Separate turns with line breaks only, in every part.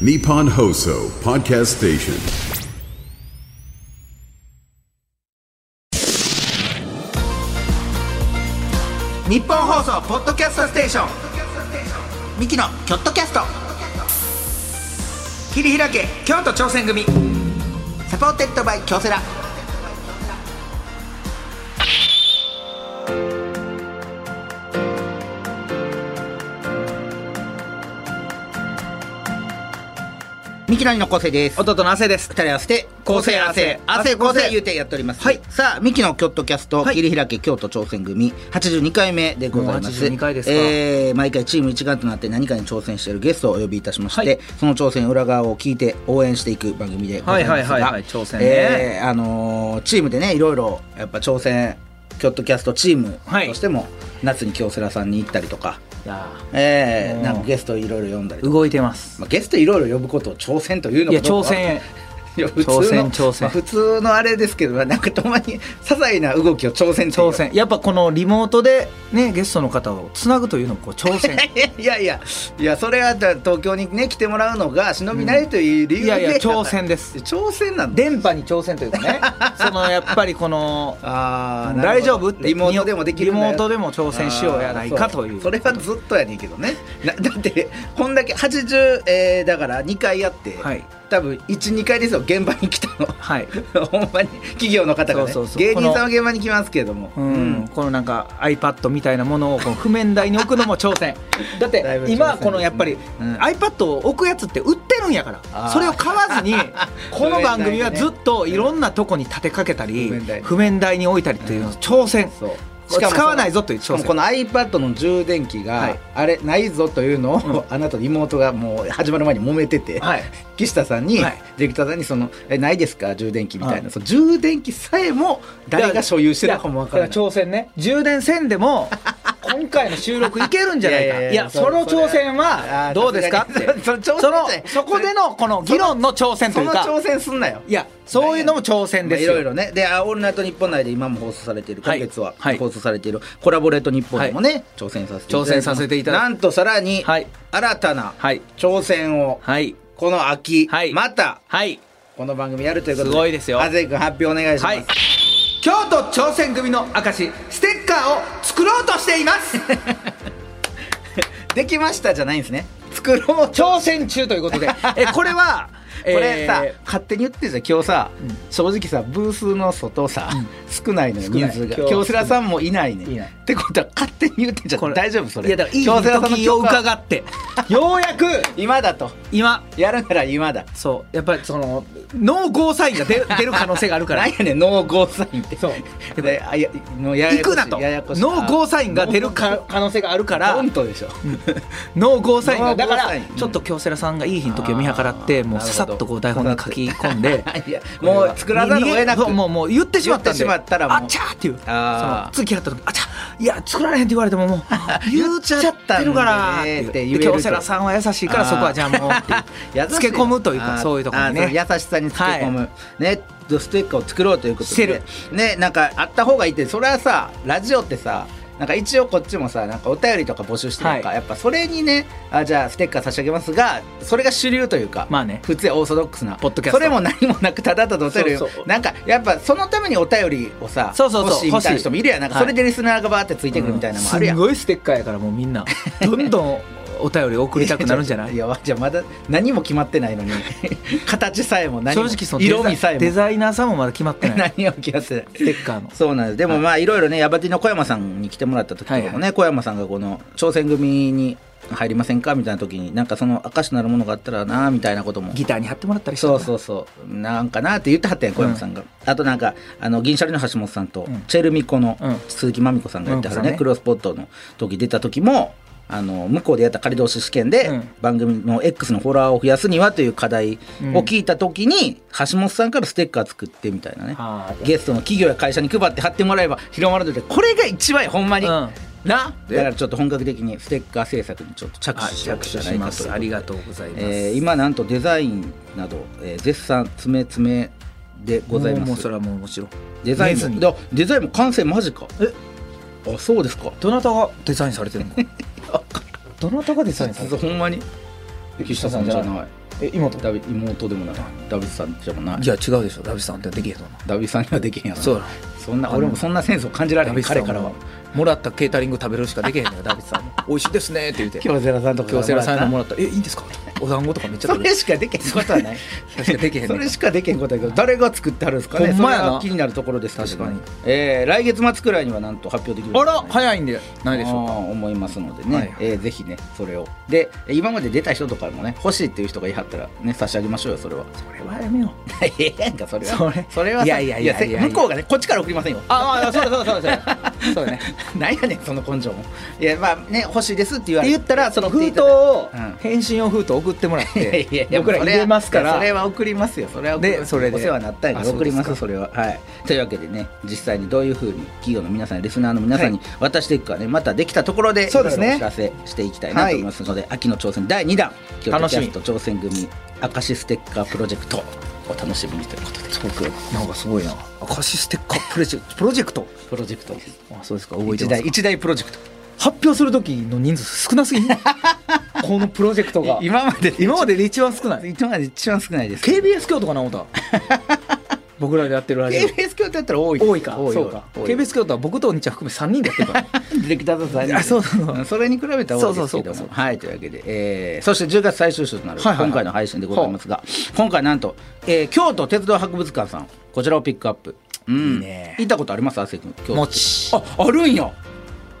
Nippon Hoso Podcast Station.
日本放送ポッドキャストステーションミキのキョットキャスト切り開け京都挑戦組サポーテッドバイ京セラミキナリの構成です
弟の汗です
二人合わせて
構成汗
汗
汗
構
構成
成言うてやっております
はい
さあミキのキョットキャスト
はい
切り開け京都挑戦組82回目でございます
もう82回ですか
えー毎回チーム一丸となって何かに挑戦しているゲストをお呼びいたしまして、
はい
その挑戦の裏側を聞いて応援していく番組でございますが、
はいはいはいはい挑戦ね
えーあのーチームでねいろいろやっぱ挑戦キョットキャストチーム
はい
としても、夏に京セラさんに行ったりとか、
いや
えー
もう
なんかゲストいろいろ呼んだりとか、
動いてます
まあ、ゲストいろいろ呼ぶことを挑戦というの
い
も
や挑戦
いや普通の
挑戦挑戦
まあ普通のあれですけどなんかたまに些細な動きを挑戦っていう
挑戦やっぱこのリモートでねゲストの方をつなぐというのもこう 挑戦
いやいやいやそれはだ東京にね来てもらうのが忍びないという理由で、
いやいや挑戦です
挑戦なんだ
電波に挑戦というかね そのやっぱりこの
あーなる
大
ほど
丈夫って
リモートでもできるんだよ
リモートでも挑戦しようやないかとい
あー
う
そそれはずっとやねんけどねなだってこんだけ80、えーだから2回やって、
はい
多分12回ですよ現場に来たの
はい
ほんまに企業の方がね
そうそうそう
芸人さんは
こ
現場に来ますけれども
うんこのなんか iPad みたいなものをこの譜面台に置くのも挑 戦だって
だいぶ挑戦ですね
今このやっぱり、
うん
iPad を置くやつって売ってるんやか
あー
らそれを買わ ずにこの番組はずっといろんなとこに立てかけたり
譜面台に
譜面台に置いたりっていうの挑戦
そう
これ使わないぞという
しか
挑
もこ
戦
の iPad の充電器が、
はい
あれないぞというのを、あなたと妹がもう始まる前に揉めてて、
はい
岸田さんに、
はい
ディレクターさんにその「えないですか充電器」みたいな、
はい
その充電器さえも誰が所有してるかも分から
だ
ない
ら挑戦ね充電せんでも今回の収録いけるんじゃな い
いやいや
か
い
い
や
やその挑戦はどうですかっ
そ
て
れそれ挑戦
その
じゃない
そこでのこの議論の挑戦と
そ
いう
の
か
挑戦すんなよ
いやそういうのも挑戦ですよ
まあいろいろねで「あオールナイトニッポン」内で今も放送されている
は
今
い
月は
はい
放送されているコラボレートニッポンでもね、挑戦させていただいてます
挑戦させていただいて
なんとさらに、
はい
新たな
はい
挑戦を、
はい
この秋、
はい
また
はい
この番組やるということです
ごいですよ
ハゼイ君発表お願いします、
はい京都挑戦組の証ステッカーを作ろうとしています
できましたじゃないんですね作ろうちょ
挑戦中ということでえこれは
これさ、
えー
勝手に言ってるじゃん今日さ、正直さブースの外さ、少ないのよ
少ない
人数が
今日
京セラさんもいないね
いない
ってことは勝手に言ってんじゃ
こ
ん
れ
大丈夫それ
いやだからいい
京セラさんの
時を
許可
伺ってようやく
今だと
今
やるなら今だ
そうやっぱりそのノーゴーサインが出る出る可能性があるから
なんやねんノーゴーサインって
そう
であいやもうやや
行
こし
く
い
なと
ややこしい
ノーゴーサインが出るか可能性があるから
コントでしょ
ノーゴーサイン
ノ
が
ーゴ
だ
ー
か
サイ
ら
ンうん
ちょっと京セラさんがいい日の時を見計らってもうささっとこう台本に書き込んで
いやもう作らざるを得なく
逃げもうもう言ってしまったんで
言ってしまったらもう
あっちゃーっていうそ
あ
の
ー
次やった時あっちゃーいや作られへんって言われ てももう言っちゃってる
言っちゃったん
からー
だねーっ
ってて
言え
い
る
うで
と
京セラさんは優しいからそこはじゃあもうっていう
優しい
つけ込むという
あ
か
ー
そういうところに
あ
ね
ーその優しさにつけ込む、ねステッカーを作ろうということで
してる
ねなんかあった方がいいってそれはさラジオってさなんか一応こっちもさなんかお便りとか募集してるから、
はい
やっぱそれにねあじゃあステッカー差し上げますがそれが主流というか
まあね
普通やオーソドックスな
ポッドキャスト
それも何もなくただただお便りを
そうそう
なんかやっぱそのためにお便りをさ
そうそうそ
欲
う
しいみたいな人もいるやんなん
欲しい
かそれでリスナーがバーってついてくるみたいなのもあるやん、
すごいステッカーやからもうみんなどんどんお便り送りたくなるんじゃない
いやじゃあまだ何も決まって ないのに形さえも何
正
も
直そのデ
色
ザ
味さえ
イン
も
デザイナーさんもまだ決まってない
何を気がする
ステッカーの
そうなんですでもまあいろいろねヤバティの小山さんに来てもらった時とかもね、
はいは
小山さんがこの挑戦組に入りませんかみたいな時になんかその証なるものがあったらなみたいなことも
ギターに貼ってもらったりして
そうそうそうなんかなって言ってはったやん小山さんが、あとなんかあの銀シャリの橋本さんと、
ん
チェルミコの
うん
鈴木まみこさんがやってはるね,、
まみこさんね
クロスポットの時出た時もあの向こうでやった仮同士試験で、
うん
番組の X のフォロワーを増やすにはという課題を聞いた時に、橋本さんからステッカー作ってみたいなね
あー
ゲストの企業や会社に配って貼ってもらえば広まるのでこれが一番やほんまに、
うん
な
で
だからちょっと本格的にステッカー制作にちょっと着手しようじゃないかということで
ありがとうございます、
えー今なんとデザインなど、えー絶賛詰め詰めでござい
もうも
ま
う
す
それはもうもちろん
デザイ
寝ず
ン
に
もだデザインも完成マジかえあそうですか
どなたがデザインされてるのどなたがデザインされてる
ほんまに岸田さんじゃない
え妹
ダビ妹でもないダビスさんじゃもない
いや違うでしょダビさんってできへんそんな
ダビスさんにはできへんやろ
そうだ
そんな俺もそんなセンスを感じられへ
ダ
ん
ビさん
彼
も
からは
もらったケータリング食べるしかできへんのよダビさんも美味しいですねって言うて
京セラさんとか
京セラさんのも
も
らった「えいいんですか?」お団子とかめっちゃ
そ
食べ
れ
る
しかできへんことはない
それしかできへんねん
それしかできへんことやけど誰が作ってはるんですかね
ほんまやな
それが気になるところですけどね
確かに
えー来月末くらいにはなんと発表できるんじ
あ
ゃない
ら早いんでないでしょう
あ
か
ー思いますのでね、
はい
えーぜひねそれをで今まで出た人とかもね欲しいっていう人が言いはったらね差し上げましょうよそれは それはやめようええやんかそれは
それ
それはさ
いやいやいやいや
せ向こうがねこっちから送りませんよ
ああそうだそうだそ うだそうだね
なんやねんその根性もいやまあね欲しいですって言わ
って
れて
言ったらその封筒を
うん
返信用封筒送ってもらっ
いや
て
いやいや
僕ら入れますか
それ
ら
は送りますよそれは送る
でそれで
お世話になったんやから
あそう
送
で
り
すか
ますそれははいというわけでね実際にどういうふうに企業の皆さんリスナーの皆さんに渡していくかねまたできたところで
そうですね
いろいろお知らせしていきたいなと思いますので、秋の挑戦第2弾「京都
楽
キ
し
ャ
み
スト挑戦組明石ステッカープロジェクト」お楽しみにということで
なんかすごいな明石ステッカープロジェクトプロジェクト
プロジェクトです
あそうですか動い
一
てま
大
すか
一大プロジェクト
発表する時の人数少な すぎんこのプロジェクトが
い今まで
今までで一番少ない
今まで一番少ないです
KBS 京都かな思 った僕らでやってるラジ
KBS 京都やったら多い
オ多いか
多い
そうか
多い
KBS 京都は僕とお兄ちゃん含め3人でやってるから
ディレクターさんに
あそうそうそうん
それに比べたら多いです
そ
け
うそ
ど
うそう
も
そ
はいというわけで、えーそして10月最終週となる
はいはいはい
今回の配信でございますが、今回なんと、えー京都鉄道博物館さんこちらをピックアップ、うん、
いいね
行ったことあります亜生君京都
もち
ああるんや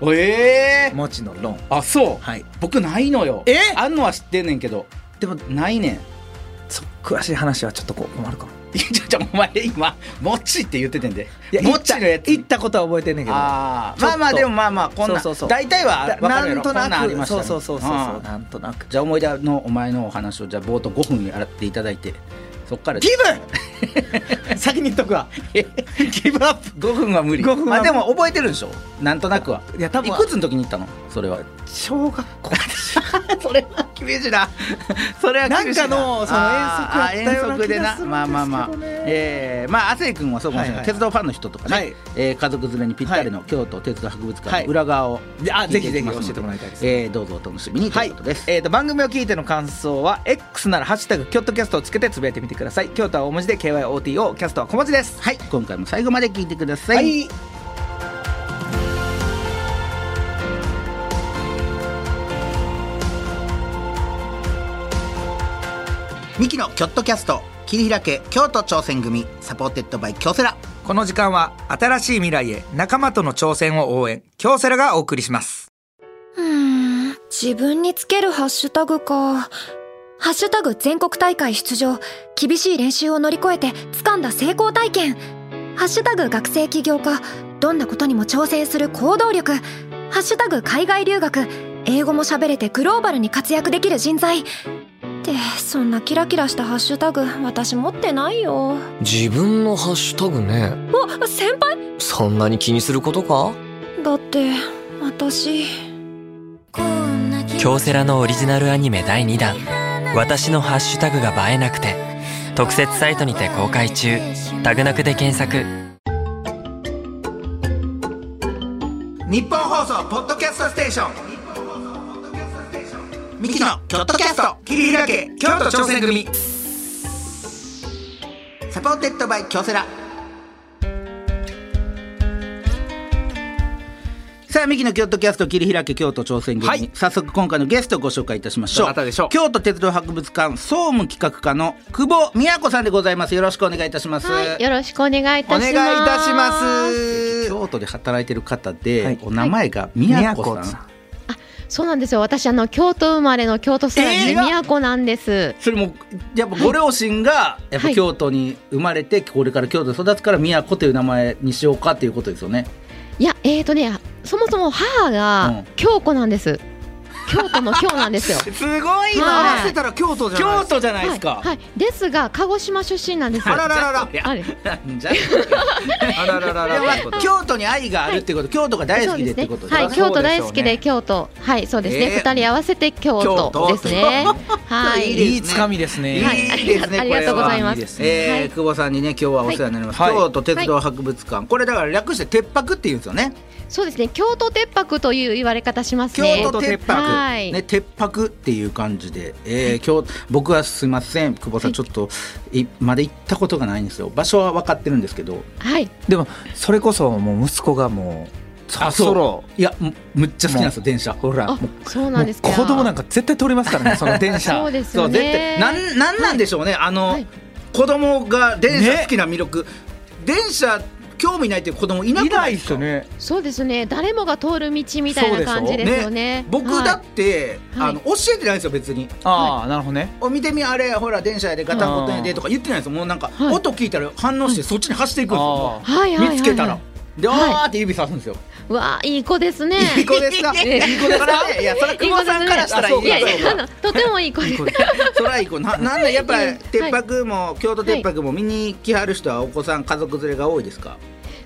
ええ
もちのロン
あそう、
はい
僕ないのよ
え
あんのは知ってんねんけどでもないねん
そう詳しい話はちょっとこう困るかも
いやちょちょお前今もっちって言っててんで
いや
もっちのやつ
行ったことは覚えてんねんけど
あー
ちょっ
ま
と
あまあでもまあまあこんな
そうそうそう
大体は
だ
分かる
な
や
ん
ろ
と
こん
なん
あり
く
ました
そ
ね
うそうそうそう
あ
そう
ー
なんとなく
じゃあ思い出のお前のお話をじゃあ冒頭5分やっていただいてそっから
ギ ブ先に言っとくわ
ブギブアップ5分は無理
5分は無理
まあでも覚えてるでしょなんとなくはい
や多分
いくつの時に行ったのそれは
小学校
それは厳しいな それは厳しいな
なんかのその
あー
遠足やったよう
あー
な
遠足でな
気がするんですけどね
まあまあまあえーまあ亜生君はそうかもしれない、
はいはい
鉄道ファンの人とかね、
はい
えー家族連れにぴったりの京都鉄道博物
は
館
い
の裏側を
であぜひ
聞い
ぜ
い
ひ
き
教
ますの
えてもらいたいです
えーどうぞお楽しみにと
はいいう
ことです、
えー、と番組を聞いての感想は X なら「ハッシュタグキョットキャスト」をつけてつぶやいてみてください京都は大文字で KYOTO キャストは小文字です
はい、今回も最後まで聞いてください。
はい
ミキのキョットキャスト切り開け京都挑戦組サポーテッドバイ京セラ。
この時間は新しい未来へ仲間との挑戦を応援京セラがお送りします
うーん自分につけるハッシュタグか。ハッシュタグ全国大会出場。厳しい練習を乗り越えて掴んだ成功体験。ハッシュタグ学生起業家。どんなことにも挑戦する行動力。ハッシュタグ海外留学。英語も喋れてグローバルに活躍できる人材。って、そんなキラキラしたハッシュタグ、私持ってないよ。
自分のハッシュタグね
あ、先輩
そんなに気にすることか
だって、私。
京セラのオリジナルアニメ第2弾「私のハッシュタグが映えなくて」特設サイトにて公開中タグなくで検索
日本放送ポッドキャストステーションミキのキョットキャスト切り開け京都挑戦組
サポーテッドバイ京セラ。さあ、ミキの京都キャスト切り開け京都挑戦組、
はい
早速今回のゲストをご紹介いたしましょう。
どなたでしょう
京都鉄道博物館総務企画課の久保美也子さんでございます。よろしくお願いいたします。
はい、よろしくお願いいたします。
お願いいたします
京都で働いてる方で、
はい
お名前が宮子さん。
宮子さん
そうなんですよ。私あの京都生まれの京都育
え
ち
ー
の都なんです。
それもやっぱご両親がやっぱ
はい
京都に生まれて、これから京都で育つから宮子という名前にしようかっていうことですよね。
いや、えーとね、そもそも母
う
が
ん
京子なんです。京都の京なんで すよ。
すごい
なはい合わせ
たら京都じゃない京都じゃないですか。
はい、はい、ですが鹿児島出身なんです。
あらららら
あれ
なんじゃ あららららら京都に愛があるってこと、京都が大好きでってこと
はい、
ね
京都大好きで京都。はい、そうですね。
えー
二、人合わせて京
京
都
都
ですね。はい。
いいですね
いいつかみですね、
はい
いいですね
あり
こ
が
れ
とうござい
は。
ま
いい
す。
です
え
は
ー
い
久保さんにね今日はお世話になります、
はい
京都鉄道博物館、これだから略して鉄博っていうんですよね
そうですね。京都鉄泊という言われ方しますね。
京都鉄博、
ははい
ね、鉄泊っていう感じで、えー、今日僕はすいません久保さん、ちょっといまで行ったことがないんですよ場所は分かってるんですけど
はい
でもそれこそもう息子がもうそろ
そう
そろ
いやむむっちゃ好きなんですよ電車
ほら
あ
もう
そうなんですか
もう子供なんか絶対通りますからねその電車
そうですよ
そう絶
ね
対なんなんなんでしょうね、あの、
はい
子供が電車
ね
好きな魅力、電車興味ないっていう子供いなく
い
な
ないいで
で
すす
か
よね
そうですね誰もが通る道みたいな感じですよね
僕だって、
はい
あの教えてないんですよ別に
ああなるほどね
お見てみあれほら電車やで片言やでとか言ってないんですよもうなんか、
はい
音聞いたら反応してそっちに走っていくんですよ、
ああ
はいはいはいはい
見つけたら。で、
はい
あーって指さすんですよ。
わあいい子ですね
いい子ですか。
え
いい子ですか。いや、それは久保さんからしたらいい
いやい
です
やあ
よ。
のとてもいい子です
それはいい子。な、なんだ、やっぱ
は
り
い、
鉄泊も、京都鉄泊も見に来はる人は、お子さん、家族連れが多いですか。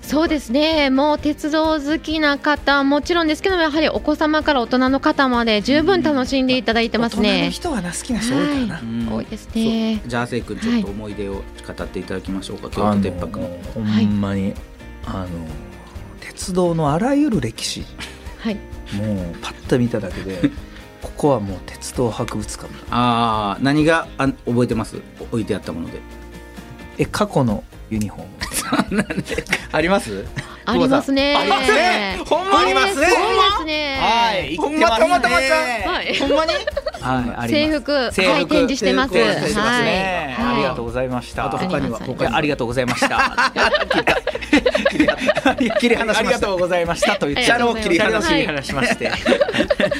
そうですねもう鉄道好きな方もちろんですけどもやはりお子様から大人の方まで十分楽しんでいただいて
大
ます
人の
ね、
人はな好きな人多いからな、
は
うん
多いですね
そうじゃあ、亜生君、ちょっと思い出を語っていただきましょうか。京都鉄泊の。
ほんまに、あの鉄道のあらゆる歴史
はい
もうパッと見ただけでここはもう鉄道博物館だ
ああ、何が、あ、覚えてます。置いてあったもので。
え過去のユニフォーム
あります。
ありますね
ありますね。ほんまありますね。
えーすごいですね
はい
ほんまたまたまちゃん。
はい
ほんまに。
はいあ
制
ります
服はい
制服
展示してます
制服展示してます
はい
ね
ありが
は
とうございました
あと他には
あります
いやありがとうございました切り離しましたありがとうございましたと言
あ
っ
り
て
がとうござい
車両を切り
ますは
離しまして、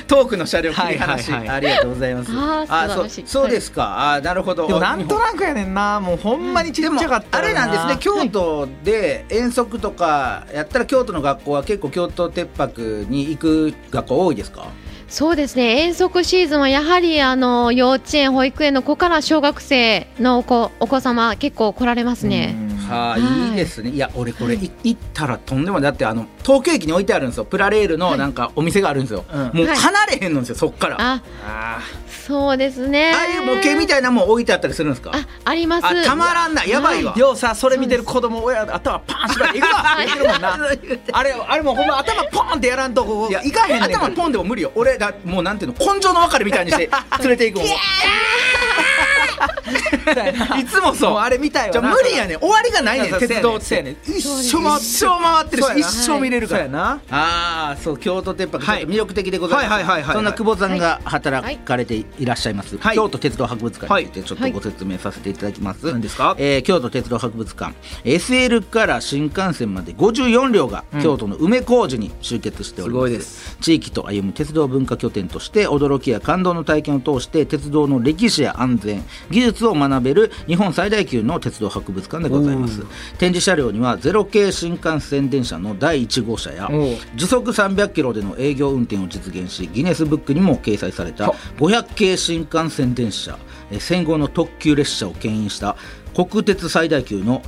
トークの車両切り離し、
はいはいはい
ありがとうございます。
あー素晴らしい
そうそうですか。あーなるほど。
でもなんとなくやねんなもうほんまにちっち
でも
ゃかった
あれなんですね
ね
京都で遠足とかやったら京都の学校は結構京都鉄泊に行く学校多いですか
いそうですね遠足シーズンはやはりあの幼稚園保育園の子から小学生のお子お子様結構来られますね
はあ
はい
いいですねいや俺これい行ったらとんでもないだってあの東京駅に置いてあるんですよプラレールのなんかお店があるんですよ、
うん
もう
はい
離れへんのですよそっから、あ
あそうですね
あいう模型みたいなもん置いてあったりするんですか
ああります
あたまらんなやばいわ、
ようさそれ見てる子供親頭パンしば っていくぞって言ってるもんなあれあれもほんま頭ポンってやらんとこ
いや
いかへんねん
頭ポンでも無理よ俺だもうなんていうの根性の別れみたいにして連れていくもん
みたいな
いつもそう
もうあれ見たい
じゃ
わ
あ
な
無理やねん終わりがないね
い
ん
やそう
鉄道って
そうやねん
一生回一生回ってる
そうや
し
な
一生見れるか
そう
ら、
やな
ああそう京都鉄泊、
はい
ちょっと魅力的でございま
は
す、
いはいはいはい
そんな久保さんが働かれていらっしゃいます、
はい
京都鉄道博物館についてちょっとご説明させていただきます、
何ですか
えー京都鉄道博物館 SL から新幹線まで54両が京都の梅小路に集結しておりま
すご
す,、
いです
地域と歩む鉄道文化拠点として驚きや感動の体験を通して鉄道の歴史や安全技術を学べる日本最大級の鉄道博物館でございます展示車両にはゼロ系新幹線電車の第1号車や
おう
時速300キロでの営業運転を実現しギネスブックにも掲載された500系新幹線電車えー戦後の特急列車を牽引した国鉄最大級の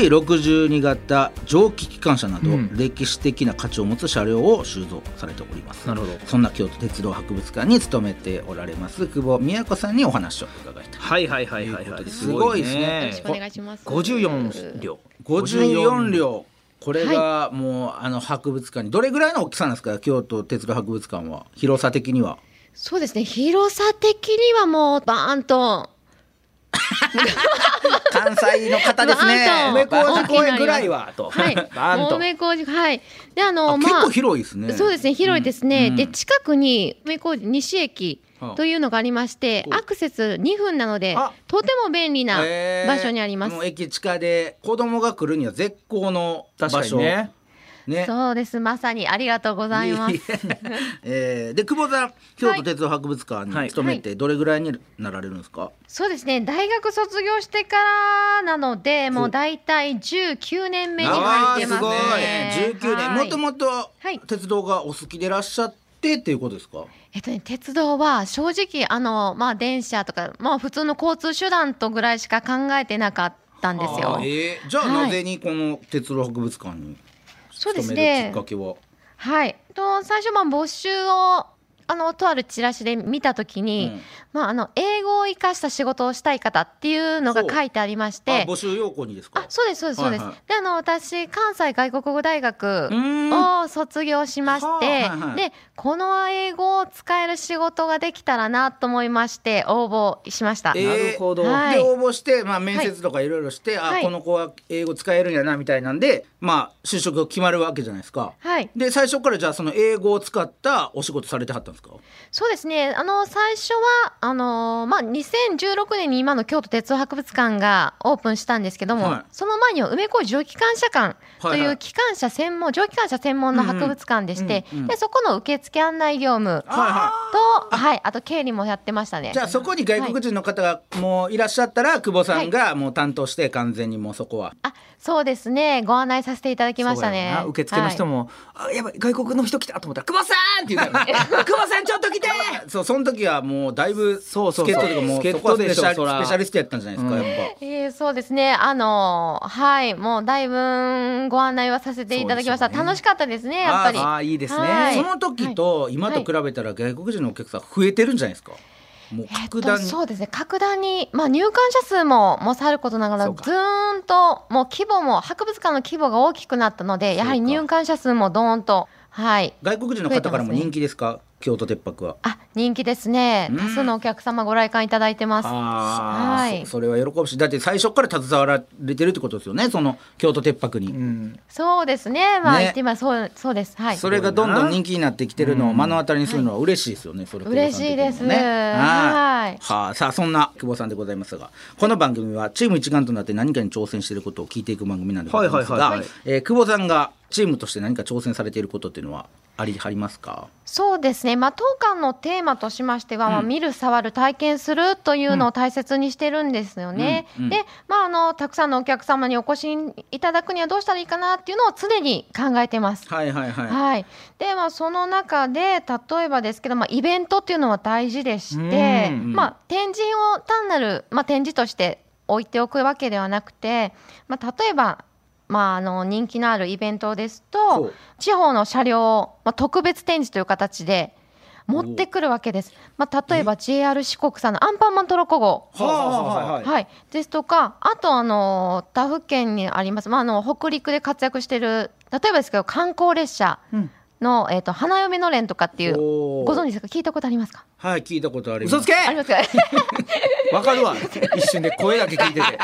C62 型蒸気機関車など、歴史的な価値を持つ車両を収蔵されております
なるほど
そんな京都鉄道博物館に勤めておられます久保美也子さんにお話を伺いたい
はいはいはいはいはい
すごいですね
よろしくお願いします
54両
54両これがもうあの博物館にどれぐらいの大きさなんですか京都鉄道博物館は広さ的には
そうですね広さ的にはもうバーンと
関西の方ですね
バー
梅小路
ンと大きいの
公園
あります
ぐらいはと
はい
バーンと
梅小路はいであ
あ
の
結
まあ
構広いですね
そうですね広いですね、
うん
で近くに梅小路西駅というのがありまして、アクセス2分なので
あ
とても便利な
へー
場所にあります、
もう駅地下で子供が来るには絶好の場
確
所
かにね
ね
そうですまさにありがとうございます
えーで久保さん京都鉄道博物館に勤めてどれぐらいになられるんですか、
そうですね大学卒業してからなのでもう大体19年目に入ってますね
長いすごい19年
は
も
い
ともと
はい
鉄道がお好きでいらっしゃってっていうことですか、
えっとね、鉄道は正直あの、まあ、電車とか、まあ、普通の交通手段とぐらいしか考えてなかったんですよ。
えーじゃあ
はい
なぜにこの鉄道博物館に
そうで
勤
す
めるきっ
ね
かけは、
はい、と最初まあ募集をあのとあるチラシで見たときに、まあ、あの英語を生かした仕事をしたい方っていうのが書いてありまし
あ
て
募集要項にです
あ
か
そうですそうですそうです、
はいはい
であの私関西外国語大学
うーん
を卒業しまして、
はあはいはい
でこの英語を使える仕事ができたらなと思いまして応募しました、
えー
なるほど、
はい
で応募して、まあ、面接とかいろいろして、
は
あ
い
この子は英語使えるんやなみたいなんで、まあ、就職が決まるわけじゃないですか。
はい
で最初からじゃあその英語を使ったお仕事されてはったんですか
そうですねあの最初はあのまあ、2016年に今の京都鉄道博物館がオープンしたんですけども、
はい
その前には梅子蒸気機関車館と
はい
い
はいう
機関車専門、蒸気機関車専門の博物館でして、
うんうんうんうん
でそこの受付案内業務と、
はいは
はい、あと経理もやってましたね
じ。ゃあそこに外国人の方がもういらっしゃったら久保さんがもう担当して完全にもうそこは。
あそうですねご案内させていただきました
そう
ね
やな。受付の人
も、
も、あやばい外国の人来たと思ったら「久保さん!」って言うから「久保さんちょっと来て!」
そうその時はもうだいぶ
そうそうそ
助
う
っ人とかもう
助っ
そ
人
こはスペシャ
でしょそら
スペシャリストやったんじゃないですか、やっぱ。
えーそうですねあのはいもうだいぶご案内はさせていただきました、
そうですよね
楽しかったですねやっぱり。
ああいいですね、
はい
その時と今と比べたら外国人のお客さん増えてるんじゃないですか。もう
えっと
格段に。
そうですね格段に、まあ、入館者数ももうさることながらずーんともう規模も博物館の規模が大きくなったのでやはり入館者数もどーんとはい
外国人の方からも人気ですか京都鉄博は。
あ人気ですね多数のお客様ご来館いただいてます
あ
はい
そそれは喜ぶしだって最初から携わられてるってことですよねその京都鉄博に、
うん、
そうですねまあ、
ね
言って今そうそうですはい
それがどんどん人気になってきてるのを目の当たりにするのは嬉しいですよね、それ久保さん的にもね
嬉しいです
は
はいい
はあ、さあそんな久保さんでございますがこの番組はチーム一丸となって何かに挑戦していることを聞いていく番組なんでございます
はいはい
が
はいはい
えー久保さんがチームとして何か挑戦されていることっていうのはありはりますか
そうですね、まあ、当館のテーマとしましては、まあ、見る、触る、体験するというのを大切にしてるんですよね。
うんうん
で、まああの、たくさんのお客様にお越しいただくにはどうしたらいいかなっていうのを常に考えてます。
はいはいはい、
はい、で、まあ、その中で例えばですけど、まあ、イベントっていうのは大事でして、
うん
まあ、展示を単なる、まあ、展示として置いておくわけではなくて、まあ、例えば、まあ、あの人気のあるイベントです
そう
と地方の車両を、まあ、特別展示という形で持ってくるわけです。まあ、例えば JR 四国さんのアンパンマントロコ号
はあはあはあはあ
はい、ですとかあとあの他府県にあります、まあ、あの北陸で活躍してる例えばですけど観光列車の、えっと花嫁のれんとかっていう
おー
ご存知ですか聞いたことありますか
はい聞いたことあります
嘘つけ
ありますか
わかるわ一瞬で声だけ聞いてて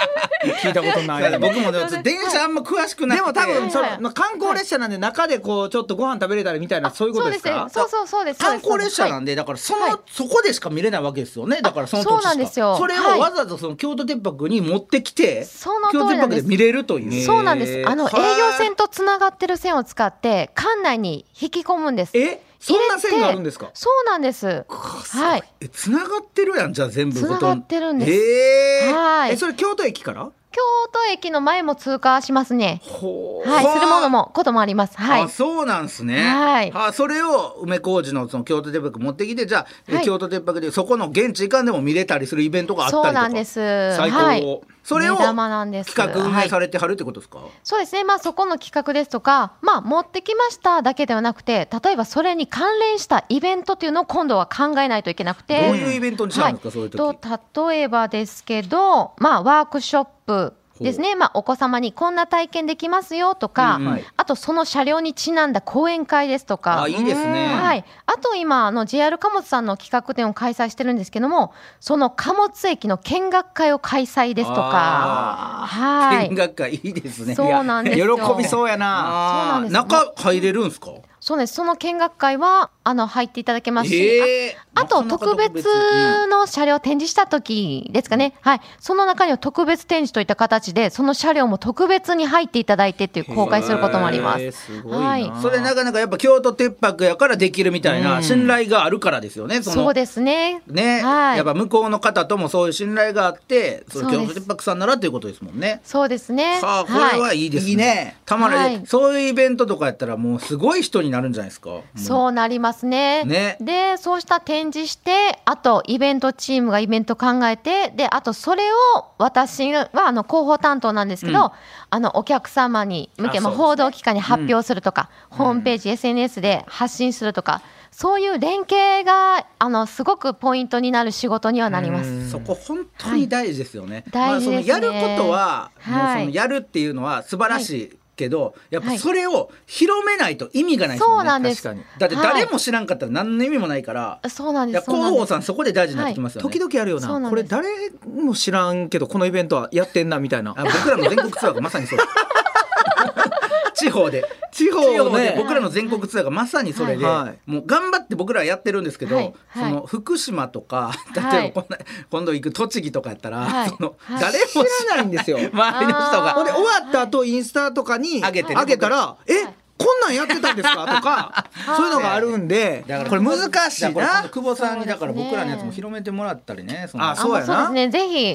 聞いたことない
はい僕もね電車あんま詳しくなく
で
て
も多分そ
はい
の観光列車なんで中でこうちょっとご飯食べれたりみたいなそういうことですか
そうですねそうそうそうですそう
観
です
光列車なんで、だからその、
はい
そこでしか見れないわけですよね。だからその土地しか
そうなんですよ
それ
は
を
い
わざわざその京都鉄博に持ってきて、
その通
京都鉄
りなん
博
で
です見れるという。
そうなんですあの営
はい
業線とつながってる線を使って館内に引き込むんです
えそんな線があるんですか
そうなんですはい
え繋がってるやんじゃあ全部
繋がってるんです
えー
はい
えそれ京都駅から
京都駅の前も通過しますね
ほー
はいするものもこともありますはい
あそうなんですね。
はい
あそれを梅小路のその京都鉄博持ってきてじゃあ、
はい
京都鉄博でそこの現地行かんでも見れたりするイベントがあったりとか。
そうなんです
最高。
はい
それを
目玉なんです
企画運
は
営
い
されてはるってことですか。
そうですね、まあ、そこの企画ですとか、まあ、持ってきましただけではなくて、例えばそれに関連したイベントというのを今度は考えないといけなくて、
どういうイベントにしたんですか、そういう時。
と例えばですけど、まあ、ワークショップですね、まあ、お子様にこんな体験できますよとか、
うんはい
あとその車両にちなんだ講演会ですとか。
あいいですね。
はい、あと今あの JR 貨物さんの企画展を開催してるんですけどもその貨物駅の見学会を開催ですとかはい
見学会いいですね。
そうなんです
喜
よ
びそうやな
そうな
あ
んで
ー
す
中入れるんですか。
そうです。その見学会はあの入っていただけますし、
えー
ああと
なかなか
特別の車両を展示した時ですかね。はい。その中には特別展示といった形で、その車両も特別に入っていただいてっていう公開することもあります。
す
はい。
それなかなかやっぱ京都鉄博やからできるみたいな信頼があるからですよね。の
そうですね。
ね、
はい
やっぱ向こうの方ともそういう信頼があって、その
そ
京
うです
都鉄博さんならということですもんね。
そうですね。。
さあこれはいいいですね。たまら、
はい
そういうイベントとかやったらもうすごい人になるんじゃないですか。もう
そうなりますね
ね
でそうした展示してあとイベントチームがイベント考えてであとそれを私はあの広報担当なんですけど、あのお客様に向け
あ
まあ
そうですね
報道機関に発表するとか、ホームページ、SNS で発信するとかそういう連携があのすごくポイントになる仕事にはなります。
そこ本当に大事ですよね。
はい大事ですね
まあ、そのやることは、
はい
もうそのやるっていうのは素晴らしいけど、やっ
は
ぱ
い
それを広めないと意味がないです
そ
も
うん
ね。
なんです。
確かに
だって誰も知らんかったら何の意味もないから。
そうなん
い
で
や
す。そうな
広
んで
報
す
さんそこで大事になってきますよね。
時々あるよ
そうな
なんこれ
です
誰も知らんけどこのイベントはやってんなみたいな
あ僕らの全国ツアーがまさ にそうです。地方で
地方
地方で
ね
僕らの全国ツアーがまさにそれで、
は
もう頑張って僕らはやってるんですけど、
はいはい
その福島とか
はい
例えばこんな、今度行く栃木とかやったら、
はい
その
はい
誰も知らないんですよ周りの人
あー
が。
ほんで終わった後インスタとかに
上げてね
上げたら「えこんなんやってたんですか?」とかそういうのがあるんで
だから
これ難しい
だから
な。
久保さんにだから
そうですね
僕らのやつも広めてもらったりね。その
あそうや
あ
な
そうですね。ぜひ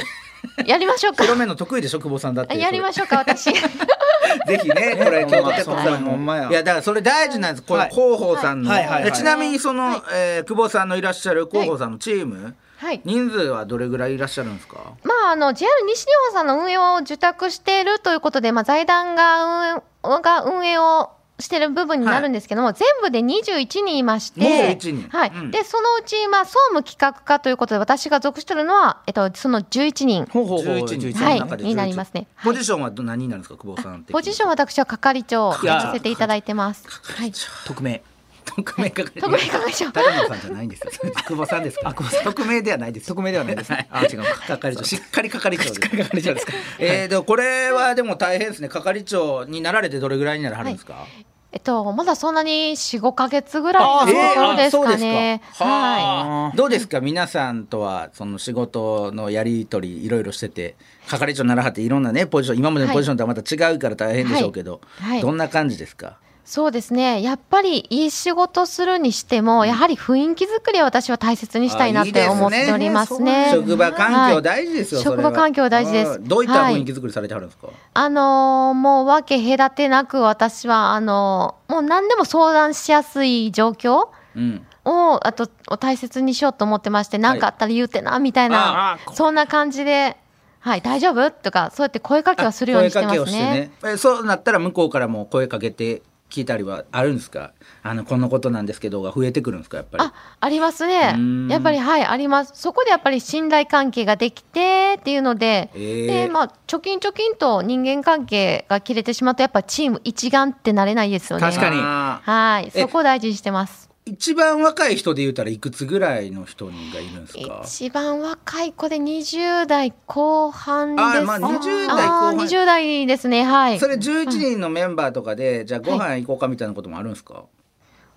やり ましょうか。
広めの得意でしょ久保さんだって。
やりましょうか 私。
ぜひね、これ、
ね
京都テトさん
ほんま
も。
や
いや、だから、それ大事なんです。こ
は
れ、
い
広報さんの。
はいはいはい
でちなみに、その、えー久保さんのいらっしゃる広報さんのチーム。
はい。
人数はどれぐらいいらっしゃるんですか。
まあ、あの JR 西日本さんの運営を受託しているということで、まあ、財団が運営が運営をしている部分になるんですけども、全部で21人いまして、
21人
はい
うん
でそのうち、まあ、総務企画課ということで私が属しているのは、えっと、その11人、
ほうほうほう
11人
11
その
はい
中で11
になりますね。は
ポ
い
ジションはど何になるんですか、久保さんって。
ポジションは私は係長をやらせていただいてます。はい、
匿名
特命係。
特別係長
高野さんじゃないんですよ。久保さんですか。久保さん。匿名ではないです。
匿名ではないですね
あ、違う。係長、しっかり係長です。係長ですか。えー、でも、これはでも大変ですね。係長になられて、どれぐらいにならはるんですか。
えっと、まだそんなに4、5か月ぐらいのところですかね。はい
はあ、どうですか皆さんとはその仕事のやり取りいろいろしてて係長ならはっていろんなねポジション今までのポジションとはまた違うから大変でしょうけど、
はいはい
どんな感じですか
そうですねやっぱりいい仕事するにしてもやはり雰囲気作りは私は大切にしたいなって思っておりますね。
あいいです職場環境
はい
大事ですよ、
はい
それは
職場環境大事です
うんどういった雰囲気作りされてはるんですか、
あのーもう分け隔てなく私はあのーもう何でも相談しやすい状況
うん
をあとを大切にしようと思ってまして何かあったら言うてなみたい
あ
な、そんな感じで「はい大丈夫?」とかそうやって声かけはするようにしてます
声かけをして
ね。
ねえそうなったら向こうからも声かけて聞いたりはあるんですかあのこんなことなんですけどが増えてくるんですかやっぱり
あありますね
うん
やっぱりはいありますそこでやっぱり信頼関係ができてっていうので、
えー
でまあ貯金貯金と人間関係が切れてしまうとやっぱチーム一丸ってなれないですよね
確かに
あー
はい
え
そこを大事にしてます
一番若い人で言うたらいくつぐらいの人がいるんですか
一番若い子で20代後半です
あまあ20代後半
あー20代ですねはい
それ11人のメンバーとかで、じゃあご飯行こうかみたいなこともあるんですか、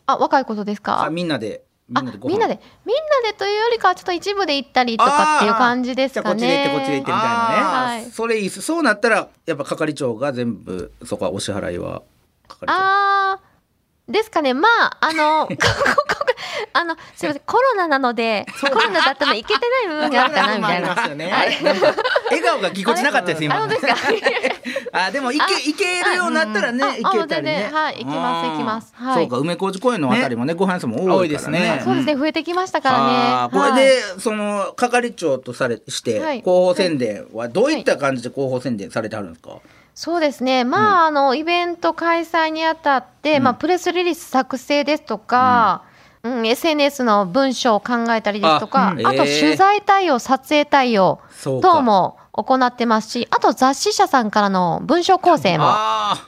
あ若いことですか
あみんなでみ
あ
ん
み
なんで
なで
ご飯
みんなでというよりかはちょっと一部で行ったりとかっていう感じですかね
あーじゃあこっちで行ってこっちで行ってみたいなね
あー
はい
それいいっすそうなったらやっぱ係長が全部そこはお支払いは係長
あーですかね、まあ、あ の、ここここあの、すみません、コロナなので、コロナだったので、いけてない部分があるかなみたいな。
よね
はい
なんか笑顔がぎこちなかったです
あ、
今
本当ですか。
あでもいけいけるようになったらね
あ
いけたりね
ああ全然はい行きま
あ
す
ー
行きますはい
そうか梅小路公園のあたりもねご飯屋さんも多いから
多い
ね
ですね
そうですね、増えてきました
あ
か
ー
らね。
こ
はい
れで、その係長とされして、
はい
広報宣伝はどういった感じで広報宣伝されてあるんですか、
そうですね、まあ、あのイベント開催にあたって、まあ、プレスリリース作成ですとか、うん SNS の文章を考えたりですと
あ
か、あ,、
うん
と
えー
取材対応、撮影対応
そうか
等も行ってますし、あと雑誌社さんからの文章構成も
あ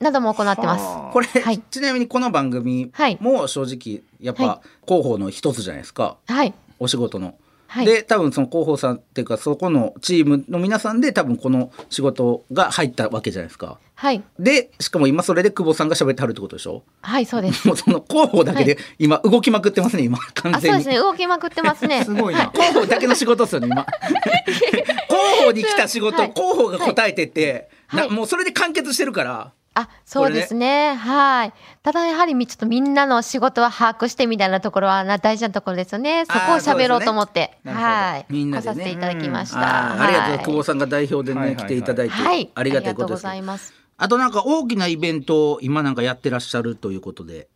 なども行ってます。
あこれ、
はい
ちなみにこの番組
はい
も正直やっ
は
ぱ広報の一つじゃないですか
はい、
お仕事の。
はい
で多分その広報さんっていうかそこのチームの皆さんで多分この仕事が入ったわけじゃないですか。
はい、
でしかも今それで久保さんが喋ってはるってことでしょ
はい、そうです。
もうその広報だけで今動きまくってますね今 完
あ、そう
全に。
ですね、動きまくってま すね。
すごい
は
な
広報だけの仕事ですよね 今広報に来た仕事、
はい
広報が答えてて、
はい
なもうそれで完結してるから
あ、そうですね、はい。ただやはりみちょっとみんなの仕事は把握してみたいなところはな大事なところですよね。そこを喋ろうと思って、
あーそうですねなるほど
はい、
みんなでね
来させていただきました。
あーありがとうございます久保
す。
さんが代表でね、
はいはいはい
来ていただいて、
はい、
ありがたいこと
ありがとうご
です
ざいます。
あとなんか大きなイベントを今なんかやってらっしゃるということで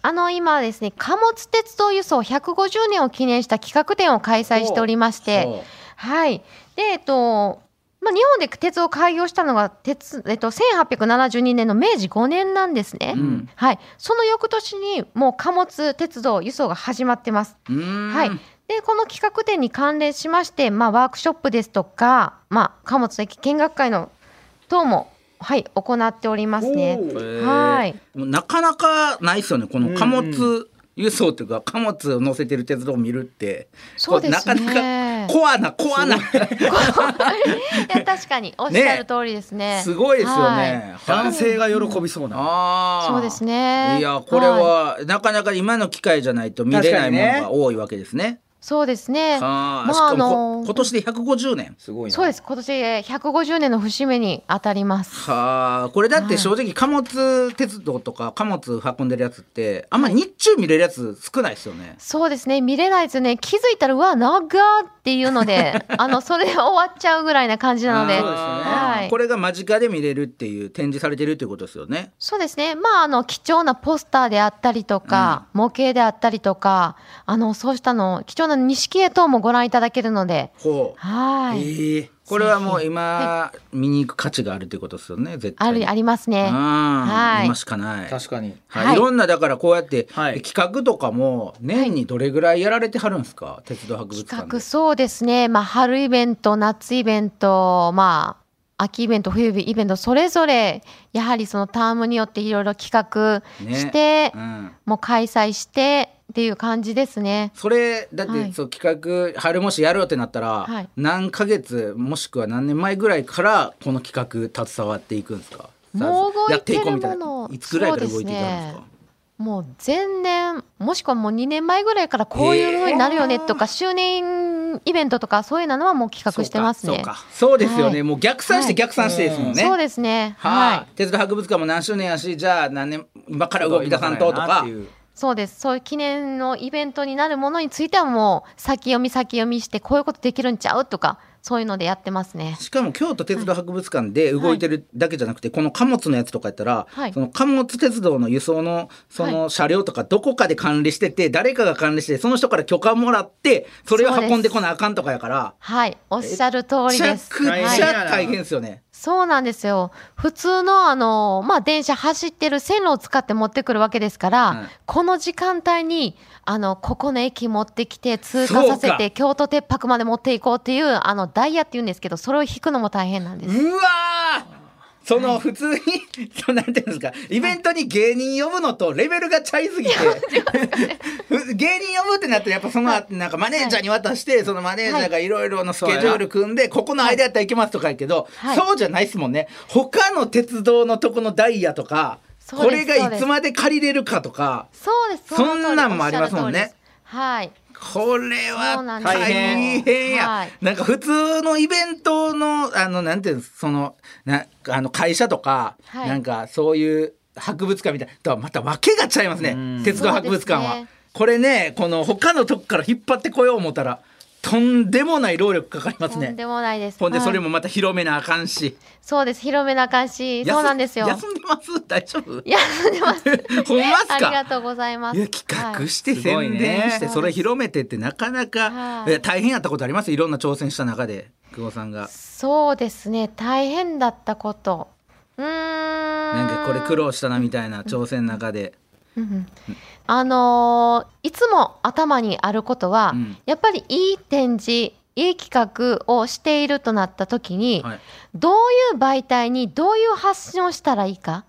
あの今ですね貨物鉄道輸送150年を記念した企画展を開催しておりまし
ほうほう
てはいでえっとまあ、日本で鉄を開業したのが鉄、えっと、1872年の明治5年なんですね、
ん
はい、その翌年にもう貨物鉄道輸送が始まってます。
うーん
はい、でこの企画展に関連しまして、まあ、ワークショップですとか、まあ、貨物駅見学会の等も、はい、行っておりますね。はい、
もうなかなかないですよねこの貨物輸送っていうか貨物を乗せてる鉄道を見るって
そうですね
こなかなかコアなコアな
いや確かにおっしゃる通りですね。
すごいですよ
は
ね、はい
男性が喜びそうな。
あー
そうですね
いやこれはなかなか今の機会じゃないと見れないものが多いわけですね
そうですね。
あー
ま
し
あ
か
あ
もこ
の
今年で150年
すごいな。
そうです。今年えー150年の節目に当たります。
はあこれだって正直貨物鉄道とか貨物運んでるやつってあんま日中見れるやつ少ないですよね、
そうですね。見れないですよね。気づいたらうわ長っっていう ので、あのそれ終わっちゃうぐらいな感じなの
あ
で、
ー
はい。
これが間近で見れるっていう展示されてるっていうことですよね
そうですね。まああの貴重なポスターであったりとか、模型であったりとか、あのそうしたの貴重な錦絵等もご覧いただけるので、
ほう
はい。
ええこれはもう今見に行く価値があるということですよね絶対
あるありますね。
うん
はい
今しかない
確かに。
はい
はい
いろんなだからこうやって、
はい
企画とかも年にどれぐらいやられてはるんですか、鉄道博物館
企
で
画そうですね、まあ、春イベント夏イベントまあ秋イベント冬イベントそれぞれやはりそのタームによっていろいろ企画
ね
して、
うん
もう開催してっていう感じですね。
それだって、
はい
そう企画春もしやるよってなったら、
はい
何ヶ月もしくは何年前ぐらいからこの企画携わっていくんですか
もう動いてるもの
やっていこうみたいないつぐらいから動いていたんですか
もう前年もしくはもう2年前ぐらいからこういうふうになるよねとか、周年イベントとかそういうのはもう企画してますね。
そうかそうですよね、
はい
もう逆算して
はい
逆算してですもんね、
そうですね
はい、
はい
鉄道博物館も何周年やしじゃあ何年今から動き出さんととか
そうです。そういう記念のイベントになるものについてはもう先読み先読みしてこういうことできるんちゃうとかそういうのでやってますね。
しかも京都鉄道博物館で動いてるだけじゃなくて、この貨物のやつとかやったら、
はい
その貨物鉄道の輸送のその車両とかどこかで管理してて、誰かが管理してその人から許可もらってそれを運んでこなあかんとかやから
はい、おっしゃる通
め
り
ちゃ
です。
くち
はい
ゃ大変ですよね。
そうなんですよ。普通のあの、まあ、電車走ってる線路を使って持ってくるわけですから、
うん
この時間帯に、あの、ここの駅持ってきて、通過させ
そうか
て、京都鉄泊まで持っていこうっていう、あの、ダイヤって言うんですけど、それを引くのも大変なんです。
うわーその普通に、そうなんていうんですかイベントに芸人呼ぶのとレベルがちゃいすぎて 芸人呼ぶってなったらやっぱその後なんかマネージャーに渡してそのマネージャーがいろいろのスケジュール組んでここの間やったらいけますとかやけど
はい
そうじゃないですもんね他の鉄道のとこのダイヤとか
そう
こ
で
れ
す
がいつまで借りれるかとか
そうです。の通り
そんなんもありますもんね。
おっしゃる通りですはい。
これ
そう
は
なんですよ
大変や。
はい
なんか普通のイベントの、あの、なんていうんですその、な、あの会社とか、
はい
なんかそういう博物館みたいな、とはまたわけが違いますね。鉄道博物館
そう
は、
ですね
これね、この他のとこから引っ張ってこよう思ったら、とんでもない労力かかります
とん
ね。
でもないです。
ほんで、
はい
それもまた広めなあかんし。
そうです。広めな感じ。
やす
そうなんですよ。
休んでます大丈夫
休んでます。
ほんまっすか
ありがとうございます。
いや企
はい
画して
すごい
宣
ね
伝して
そう
それ広めてってなかなか
はい
いや大変やったことありますいろんな挑戦した中で久保さんが
そうですね。大変だったこと。うーん。
なんかこれ苦労したなみたいな挑戦の中で
あのーいつも頭にあることは、
うん
やっぱりいい展示、いい企画をしているとなった時に、
はい
どういう媒体にどういう発信をしたらいいか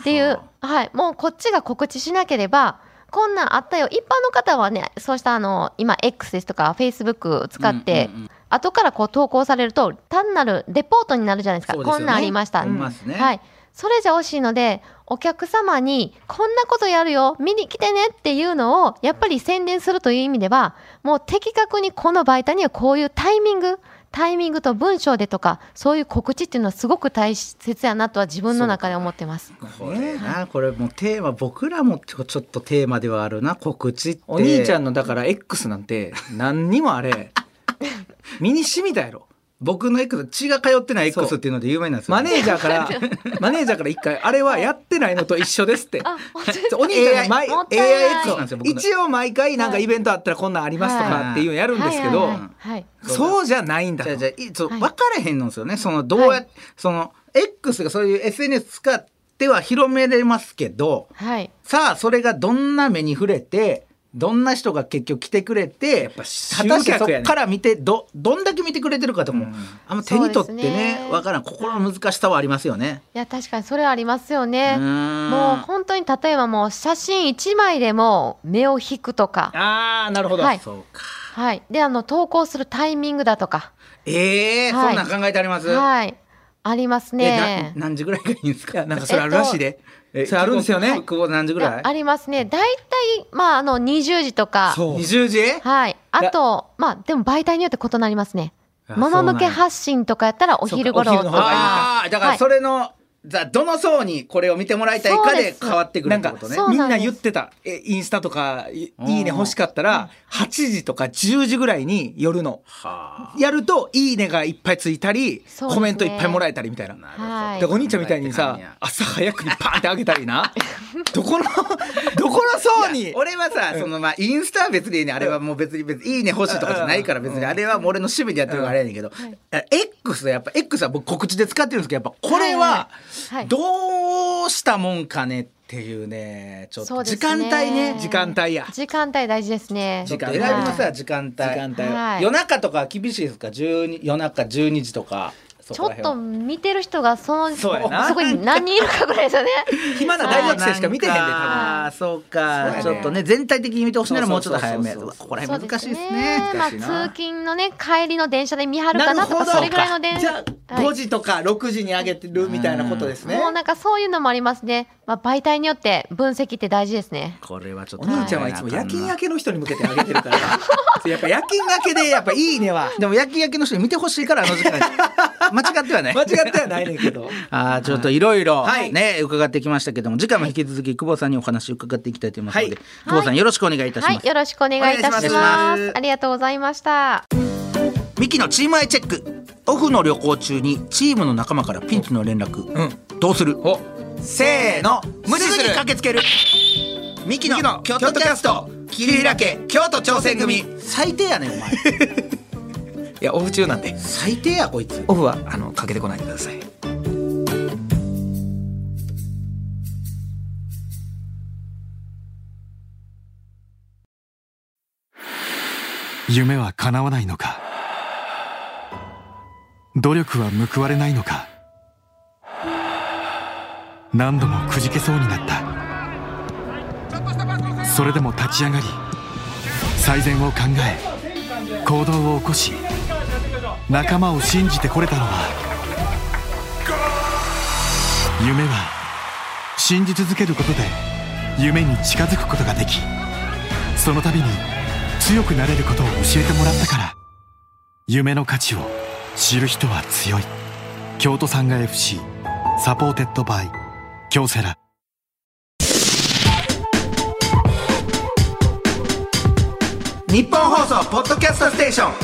っていう、はい、もうこっちが告知しなければこんなんあったよ一般の方はねそうしたあの今 X ですとか Facebook 使って、
うんうんうん
後からこう投稿されると単なるレポートになるじゃないですか
そうですよ
こ
ね
んなんありました、
ありますね
はい、それじゃ惜しいのでお客様にこんなことやるよ見に来てねっていうのをやっぱり宣伝するという意味ではもう的確にこの媒体にはこういうタイミングタイミングと文章でとかそういう告知っていうのはすごく大切やなとは自分の中で思ってます。
これなこれもうテーマ僕らもちょちょっとテーマではあるな告知って
お兄ちゃん
の
のだから X なんて何にもあれ身に染みたやろ。
僕の X 血が通ってない X っていうので有名なんですよ
マネージャー からマネージャーから一回あれはやってないのと一緒ですって
あ本当です か
お兄ちゃんが毎
もったいない
AIX
そうなんですよ僕の
一応毎回なんかイベントあったらこんなんありますとかっていうのやるんですけど、
はいはいはいはい
そうじゃないんだ
じゃあ
と
じゃあいそう
はい
分からへんのですよね。そのどうや、
はい
その X がそういう SNS 使っては広めれますけど、
はい
さあそれがどんな目に触れて、どんな人が結局来てくれて、
やっぱ集
果たしてそ
客や
こ
ね
から見てどどんだけ見てくれてるかとも、あんま手に取って
そうで
ね
すね
分からん心の難しさはありますよね。
いや確かにそれはありますよね
うーん
もう本当に例えばもう写真1枚でも目を引くとか
ああなるほど、
はい
そうか。
はいであの投稿するタイミングだとか
ええ
はい
そんなん考えてあります。
はいあります
え
ね
な何時ぐらいがいいんですか。
なんかそれあるらしいで、
え
それあるんですよね
久保何時ぐ
い
ら
や
い
あ？りますね大体まああの20時とか
そう
二十時？
はいあとまあでも媒体によって異なりますねママ向け発信とかやったらお昼頃
そうかお昼の方がいい
とか
ああーだからそれの、じゃあどの層にこれを見てもらいたいか
そうで
です変わってくる
な
っ
ん
て
か
ことね。
そう
みん
なん
な
です
言ってたえインスタとかい
うん
いいね欲しかったら8時とか10時ぐらいに夜の
は
やるといいねがいっぱいついたり、
そうですね
コメントいっぱいもらえたりみたいな。
あ。
はい
でお兄ちゃんみたいに
考えてはんね
さ
や
朝早くにパンってあげたりなどこのどこの層に
俺はさ、そのまあインスタは別にいいねあれはもう別に別にいいね欲しいとかじゃないから別にあれはもう俺の趣味でやってるからあれやねんけど、あ X はやっぱ X は僕告知で使ってるんですけどやっぱこれは
はいはい
どうしたもんかねっていうねちょっ
そ
と
うで
時
すね
間帯ね
時間帯や
時間帯大事ですね
ちょっと
間帯
選びますわ時間帯
時間帯を
はい
夜中とかは厳しいですか12夜中12時とかそ
ち
こ
ょ
ら
っ
辺は
と見てる人がその
そうやな
そこに何人いるかぐらいですよね。
暇な大学生しか見てへんで多分
ああそうか
そうやね
ちょっとね全体的に見てほしいならもうちょっと早め
そうそうそうそう
ここら辺 難しいです
そう
ね
で
難しいな
すねまあ、通勤のね帰りの電車で見張るかなと
なるほ
か
ど
それぐらいの電
じゃあ
はい
5時とか6時に上げてるみたいなことですね
もうなんかそういうのもありますね。まあ媒体によって分析って大事ですね。
これはちょっ
お
と
兄ちゃんはいつも夜勤明けの人に向けて上げてるからやっぱ夜勤明けでやっぱいいねは
でも夜勤明けの人に見てほしいからあの時間に 間違ってはない
間違ってはないねんけど
あーちょっといろいろ
はい
ね伺ってきましたけども次回も引き続き久保さんにお話を伺っていきたいと思いますので
はい
久保さんよろしくお願いいたし
は
ま
い、
す
よろしくお願いいたします。
お願いします
ありがとうございました。
ミキのチームアイチェックオフの旅行中にチームの仲間からピンチの連絡どうする
せーの無視
す
す
ぐに
る
駆けつけるミキの京都キャスト
桐平家京都挑戦組い
最低やねんお前
やオフ中なんで
最低やこいつ
オフはあのかけてこないでください
夢は叶わないのか努力は報われないのか何度もくじけそうになったそれでも立ち上がり最善を考え行動を起こし仲間を信じてこれたのは夢は信じ続けることで夢に近づくことができその度に強くなれることを教えてもらったから夢の価値を知る人は強い京都産が FC サポーテッドバイ京セラ
日本放送ポッドキャストステーション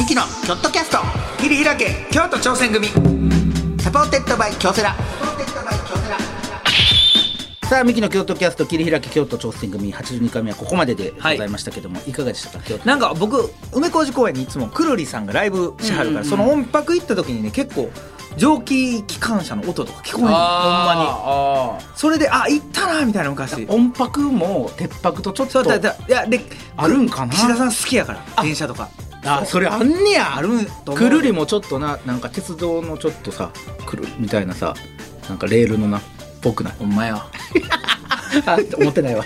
ミキのキョットキャスト切り開け京都挑戦組サポーテッドバイ京セラさあミキの京都キャスト切り開け京都挑戦組82回目はここまででございましたけども、い、かがでしたか京都
なんか僕梅小路公園にいつもくるりさんがライブしはるから、その音拍行った時にね結構蒸気機関車の音とか聞こえるのほんま
あ
にそれであ行ったなみたいな昔
ー音拍も鉄拍とちょっ
そうだ
と
だいやで
あるんかな
岸田さん好きやから電車とか
あそれあんねや
あると思う
くるりもちょっとななんか鉄道のちょっとさくるりみたいなさなんかレールのなっぽくない
ほんま や
あ思ってないわ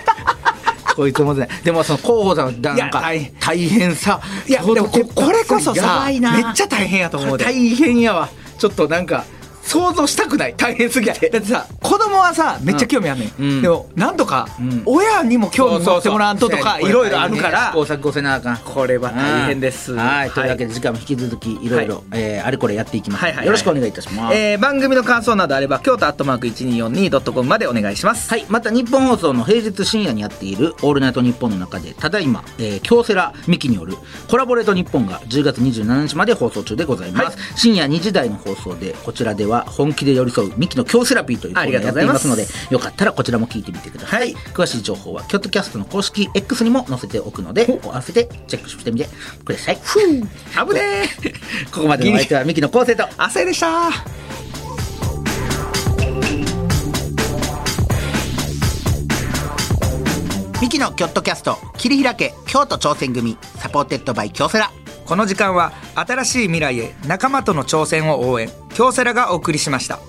こいつ思ってないでもその広報さんだなんか
いや
大変さ
いやでもここれこそ
や
さ
ば
め
い
っ
な
ちゃ大変やと思うで
大変やわちょっとなんか
想像したくない大変すぎて
だってさ子供はさめっちゃ興味あんねん、
うん
でもなんとか、
ん
親にも興味持ってもらわんととかいろいろあるから
試行錯誤せなあかん
これは大変です
はいというわけで時間も引き続きいろいろえーあれこれやっていきます
はいはいはい
よろしくお願いいたします
えー番組の感想などあれば京都アットマーク 1242.com までお願いします
はい。また、日本放送の平日深夜にやっている、オールナイトニッポンの中で、ただいま、えー、京セラミキによる、コラボレートニッポンが10月27日まで放送中でございます。深夜2時台の放送で、こちらでは、本気で寄り添うミキの京セラピーというコーナーをやっていますので、よかったらこちらも聞いてみてください。詳しい情報は、キョットキャストの公式 X にも載せておくので、合わせてチェックしてみてください。
危ねえ
ここまでのお相手は、ミキの昴生と、
亜生でした
ミキのキョットキャスト、切り開け、京都挑戦組、サポーテッドバイ京セラ。
この時間は新しい未来へ仲間との挑戦を応援京セラがお送りしました